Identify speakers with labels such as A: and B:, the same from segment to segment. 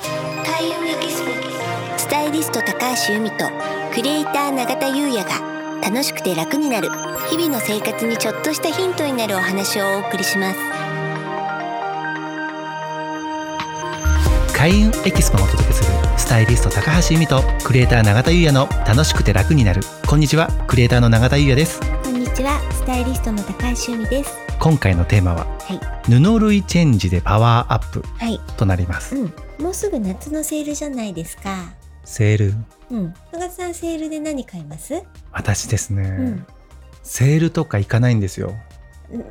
A: 田優也ギススタイリスト高橋由美とクリエイター永田優也が楽しくて楽になる日々の生活にちょっとしたヒントになるお話をお送りします
B: 開運エキスポもお届けするスタイリスト高橋由美とクリエイター永田優也の楽しくて楽になるこんにちはクリエイターの永田優也です
A: こんにちはスタイリストの高橋由美です
B: 今回のテーマは、
A: はい
B: 布類チェンジでパワーアップ
A: はい
B: となります、
A: うんもうすぐ夏のセールじゃないですか
B: セール
A: うん永田さんセールで何買います
B: 私ですね、
A: うん
B: セールとか行かないんですよ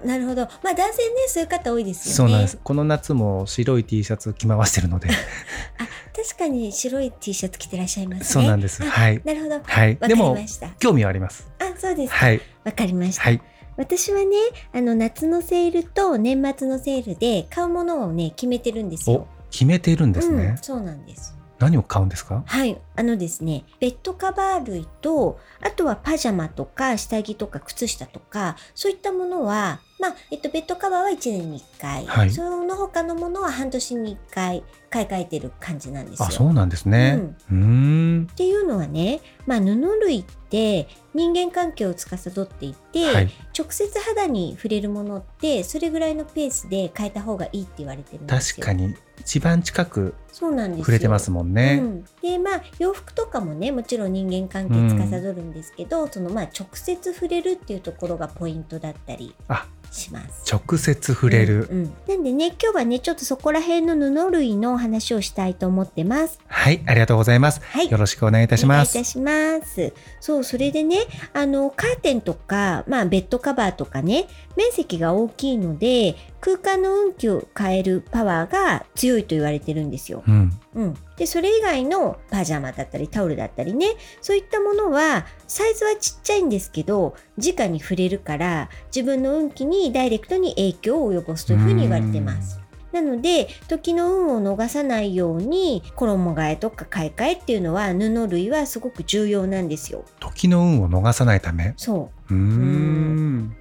A: なるほどまあ男性ねそういう方多いです
B: そ
A: よね
B: うなんですこの夏も白い T シャツ着回してるの で
A: 確かに白い T シャツ着てらっしゃいますね
B: そうなんです
A: あ
B: はい
A: なるほどわか
B: はいで
A: り
B: も
A: ましたあ
B: 興味はあります
A: そうですか
B: はい
A: わかりました、
B: はい
A: 私はねあの夏のセールと年末のセールで買うものをね決めてるんです
B: お
A: よ。
B: 決めてるんです
A: う
B: ね
A: ん、、そうなんです。
B: 何を買うんですか
A: はい、あのですね、ベッドカバー類と、あとはパジャマとか下着とか靴下とか、そういったものは、まあ、えっと、ベッドカバーは1年に1回、
B: はい
A: その他のものは半年に1回買い替えてる感じなんですよ。
B: あそうなんですねうーん
A: っていうのはね、まあ、布類って人間関係を司っていて、
B: はい
A: 直接肌に触れるものってそれぐらいのペースで変えた方がいいって言われてるんです
B: 確
A: よ
B: かに一番近く
A: そうなんですよ
B: 触れてますもん
A: う
B: ね、
A: ん、でまあ洋服とかもねもちろん人間関係司るんですけど、そのまあ直接触れるっていうところがポイントだったり
B: あ
A: します。
B: 直接触れる、
A: うんうんなんでね今日はねちょっとそこら辺の布類の話をしたいと思ってます。
B: はいありがとうございます
A: はい
B: よろしくお願いいたし
A: お願
B: ま
A: いい
B: す
A: たします。そう、それでね、あの、カーテンとか、まあ、ベッドカバーとかね、面積が大きいので、空間の運気を変えるパワーが強いと言われてるんですよ。
B: うん
A: うん。で、それ以外のパジャマだったり、タオルだったりね、そういったものは、サイズはちっちゃいんですけど、直に触れるから、自分の運気にダイレクトに影響を及ぼすというふうに言われてます。なので、時の運を逃さないように、衣替えとか買い替えっていうのは、布類はすごく重要なんですよ。
B: 時の運を逃さないため
A: そう。
B: うーん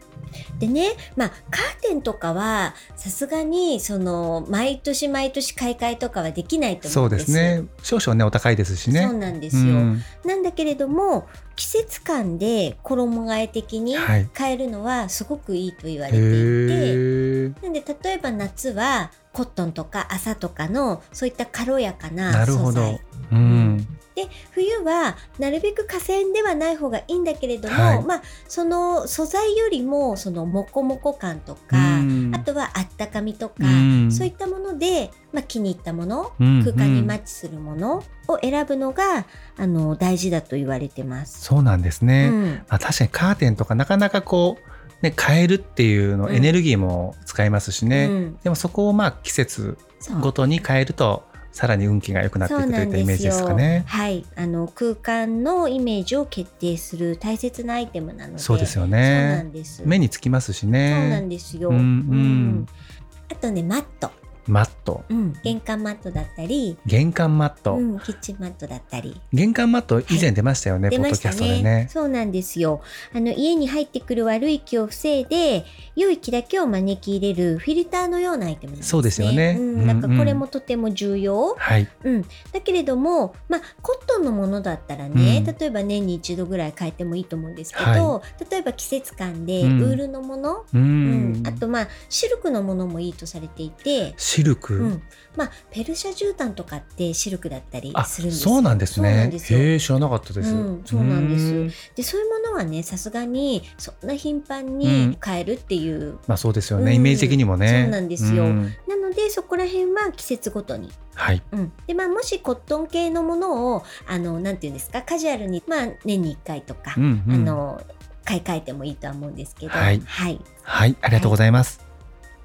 A: でね、まあ、カーテンとかは、さすがに、その、毎年毎年買い替えとかはできないと
B: そ
A: 思う
B: う
A: で
B: んですすね少々ねお高いですしね
A: そうなんですよ。
B: うん
A: なんだけれども季節感で衣替え的に
B: はい
A: 変えるのはすごくいいと言われていて、
B: へえ
A: なんで例えば夏はコットンとか麻とかのそういった軽やかな
B: なる
A: 素
B: ほ
A: 材
B: どうん
A: で冬はなるべく河川ではない方がいいんだけれども、
B: はい
A: まあその素材よりもそのモコモコ感と
B: う
A: か、
B: ん
A: あとはあったかみとか、
B: うん
A: そういったもので、まあ、気に入ったもの
B: うん
A: 空間にマ
B: う
A: ッ
B: ん
A: チするものを選ぶのが、あの大事だと言われてます。
B: そうなんですね、
A: うん
B: まあ、確かにカーテンとかなかなかこう、ね、変えるっていうの、
A: うん
B: エネルギーも使いますしね、
A: うん
B: でもそこをまあ季節
A: そう
B: ごとに変えるとさらに運気が良くなってい
A: そう
B: くと
A: ないん
B: ったイメ
A: で
B: ー
A: す
B: ジ
A: よ
B: ですかね。
A: はい、あの空間のイメージを決定する大切なアイテムなので、
B: そうですよ
A: そうな
B: ね。
A: んです。
B: 目につきますし
A: そうなん
B: ね。
A: ですよ。
B: うんうん
A: あとねマット、
B: マット、
A: うん、玄関マットだったり、
B: 玄関マット、
A: うん、キッチンマットだったり、
B: 玄関マット以前出ましたよね、
A: 出
B: ポッ
A: ま
B: ド
A: し
B: キャ
A: た
B: ストで
A: ね
B: ね。
A: そうなんですよ。あの家に入ってくる悪い気を防いで、良い気だけを招き入れるフィルターのようなアイテムなんですね。
B: そうですよね
A: うん
B: うんうん
A: なんかこれもとても重要。
B: はい、
A: うん、だけれども、まあ、コットンのものだったらね、
B: うん
A: 例えば年に一度ぐらい変えてもいいと思うんですけど、
B: は
A: 例えば季節感でウ
B: うん
A: ールのもの、
B: う
A: うん
B: ん、
A: あとまあシルクのものもいいとされていて、
B: シルク、
A: うんまあ、ペルシャ絨毯とかってシルクだったり
B: あ、
A: するんですよ
B: そうなんです
A: そうなん
B: ね。
A: ですよ
B: へえ、知らなかったです。
A: うんそうなんです
B: うん
A: でそういうものはねさすがにそんな頻繁
B: う
A: に
B: ん
A: 変えるっていう、
B: まあそうですよね、
A: うん
B: イメージ的にもね。
A: そうなんですよ
B: ん
A: なのでそこら辺は季節ごとに
B: はい。
A: うん、でまあもしコットン系のものをあのなんていうんですかカジュアルにまあ年に1回とか、
B: うんうん
A: あの買い替えてもいいとは思うんですけど、
B: はいはい、ありがとうございます。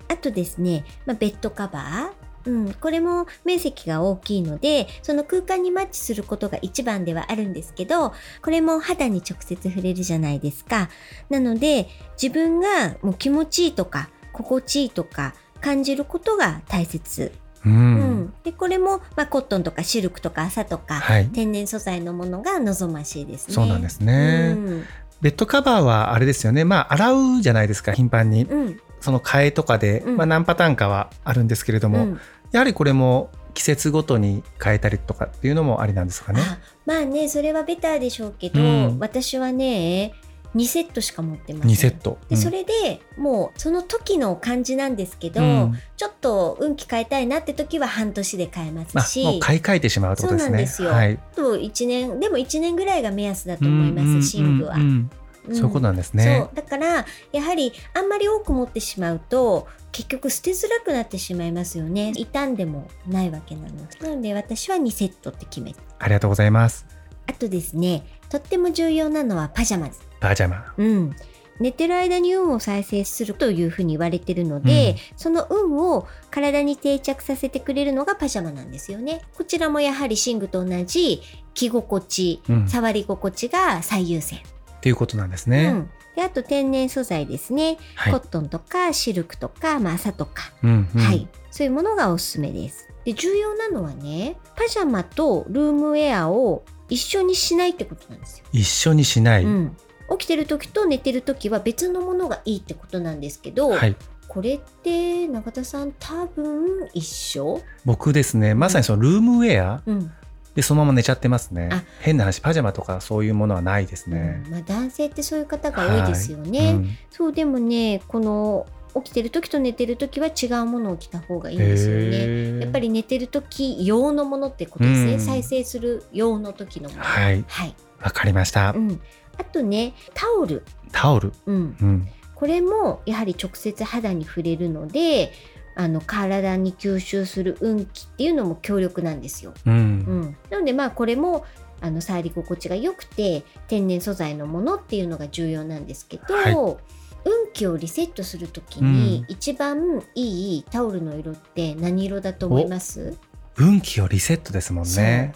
A: あとですね、まあ、ベッドカバー。うん、これも面積が大きいのでその空間にマッチすることが一番ではあるんですけどこれも肌に直接触れるじゃないですかなので自分がもう気持ちいいとか心地いいとか感じることが大切、
B: う
A: うん
B: ん。
A: でこれも、まあ、コットンとかシルクとか麻とか、
B: はい。
A: 天然素材のものが望ましいですね。
B: そうなんですね、
A: うん
B: ベッドカバーはあれですよね。まあ洗うじゃないですか、頻繁に。
A: うん
B: その替えとかで、
A: うん
B: まあ何パターンかはあるんですけれど
A: う
B: も、
A: ん
B: やはりこれも季節ごとに変えたりとかっていうのもありなんですかね。
A: あまあねそれはベターでしょうけど、
B: うん
A: 私はね2セットしか持ってません
B: 2セット。
A: でそれでもうその時の感じなんですけど、
B: うんうん
A: ちょっと運気変えたいなって時は半年で変えま
B: あ
A: すし
B: もう買い替えてしまうってことですね。
A: そうなんですよ
B: はい。
A: あと1年でも1年ぐらいが目安だと思います
B: うんうんうん
A: 寝具は
B: う。ん
A: うん
B: そういうことなんですね
A: そ。うだからやはりあんまり多く持ってしまうと結局捨てづらくなってしまいますよね傷んでもないわけなのでなので私は2セットって決めて
B: ありがとうございます。
A: あとですねとっても重要なのはパジャマです
B: パジャマ。
A: うん、寝てる間に運を再生するというふうに言われてるので、その運を体に定着させてくれるのがパジャマなんですよね。こちらもやはり寝具と同じ着心地、
B: うん
A: 触り心地が最優先。
B: っていうことなんです
A: う
B: ね。
A: ん、であと天然素材ですね、
B: はい
A: コットンとかシルクとか、まあ、麻とか、
B: うんうん
A: はい、そういうものがおすすめです。で重要なのはねパジャマとルームウェアを一緒にしないってことなんですよ。
B: 一緒にしない。
A: うん、起きてる時と寝てる時は別のものがいいってことなんですけど、
B: はい。
A: これって中田さん多分一緒、
B: 僕ですね、まさにそのルームウェア
A: うん
B: でそのまま寝ちゃってますね
A: あ。
B: 変な話、パジャマとかそういうものはないですね。
A: まあ、男性ってそういう方が多いですよね。
B: うん
A: そうでもねこの起きてる時と寝てる時は違うものを着た方がいいんですよね。
B: へー
A: やっぱり寝てる時用のものってことですね、
B: うん
A: 再生する用の時のもの。
B: はい、
A: はい
B: わかりました。
A: うん、あとねタオル、
B: タオル。
A: うん、
B: うん。
A: これもやはり直接肌に触れるのであの体に吸収する運気っていうのも強力なんですよ。
B: う。
A: うんん、なのでまあこれもあの触り心地が良くて天然素材のものっていうのが重要なんですけど、
B: はい
A: 運気をリセットするとき
B: う
A: に
B: ん
A: 一番いいタオルの色って何色だと思います
B: 運気をリセットですもんね。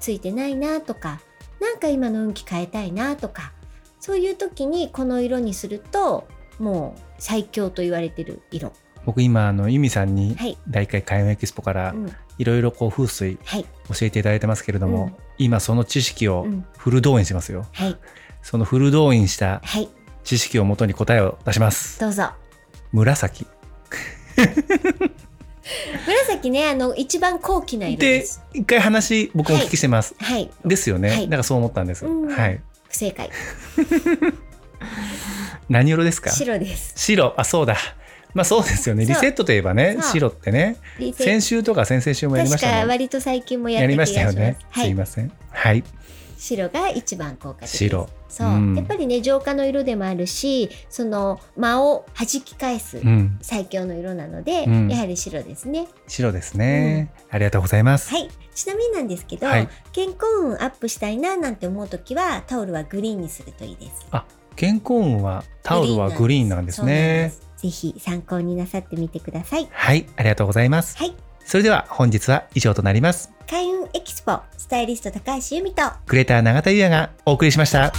A: ついてないなとかなんか今の運気変えたいなとかそういう時にこの色にするともう最強と言われてる色。
B: 僕今、あの、ユミさんに、
A: はい。
B: 大会海運エキスポから
A: うん、
B: いろいろこう風水
A: はい。
B: 教えていただいてますけれど
A: う
B: も、
A: ん
B: 今その知識を
A: うん
B: フル動員しますよ。
A: はい。
B: そのフル動員した
A: はい。
B: 知識をもとに答えを出します。
A: どうぞ。
B: 紫。
A: 紫ね、あの、一番高貴な色で。、
B: です一回話僕もお聞きしてます。
A: はい。
B: ですよね、
A: はい
B: なんかそう思ったんです。
A: うん
B: はい。
A: 不正解。
B: 何色ですか
A: 白です。
B: 白。あ、そうだ。まあそうですよね。
A: そう
B: リセットといえばね、
A: そう
B: 白ってね、
A: リセ
B: 先週とか先々週もやりま
A: 確
B: した
A: か
B: ね。
A: 割と最近もや
B: や
A: って
B: り
A: 気
B: ま
A: が
B: し
A: したま
B: よ
A: す。
B: ね。
A: は
B: すい
A: い。
B: ません。はい。
A: 白が一番効果的です。
B: 白。
A: そう、
B: うん
A: やっぱりね、浄化の色でもあるし、その間を弾き返す
B: うん。
A: 最強の色なので、
B: うん
A: やはり白ですね。
B: 白ですね、ありがとうございます。
A: はい。ちなみになんですけど、
B: はい
A: 健康運アップしたいななんて思うときは、タオルはグリーンにするといいです。
B: 健康運はタオルはグリーンなんですね。
A: そうなんです。ぜひ参考になさってみてください。
B: はい、ありがとうございます。
A: はい。
B: それでは本日は以上となります。
A: 開運エキスポ、スタイリスト高橋由美と、
B: クレーター永田優也がお送りしました。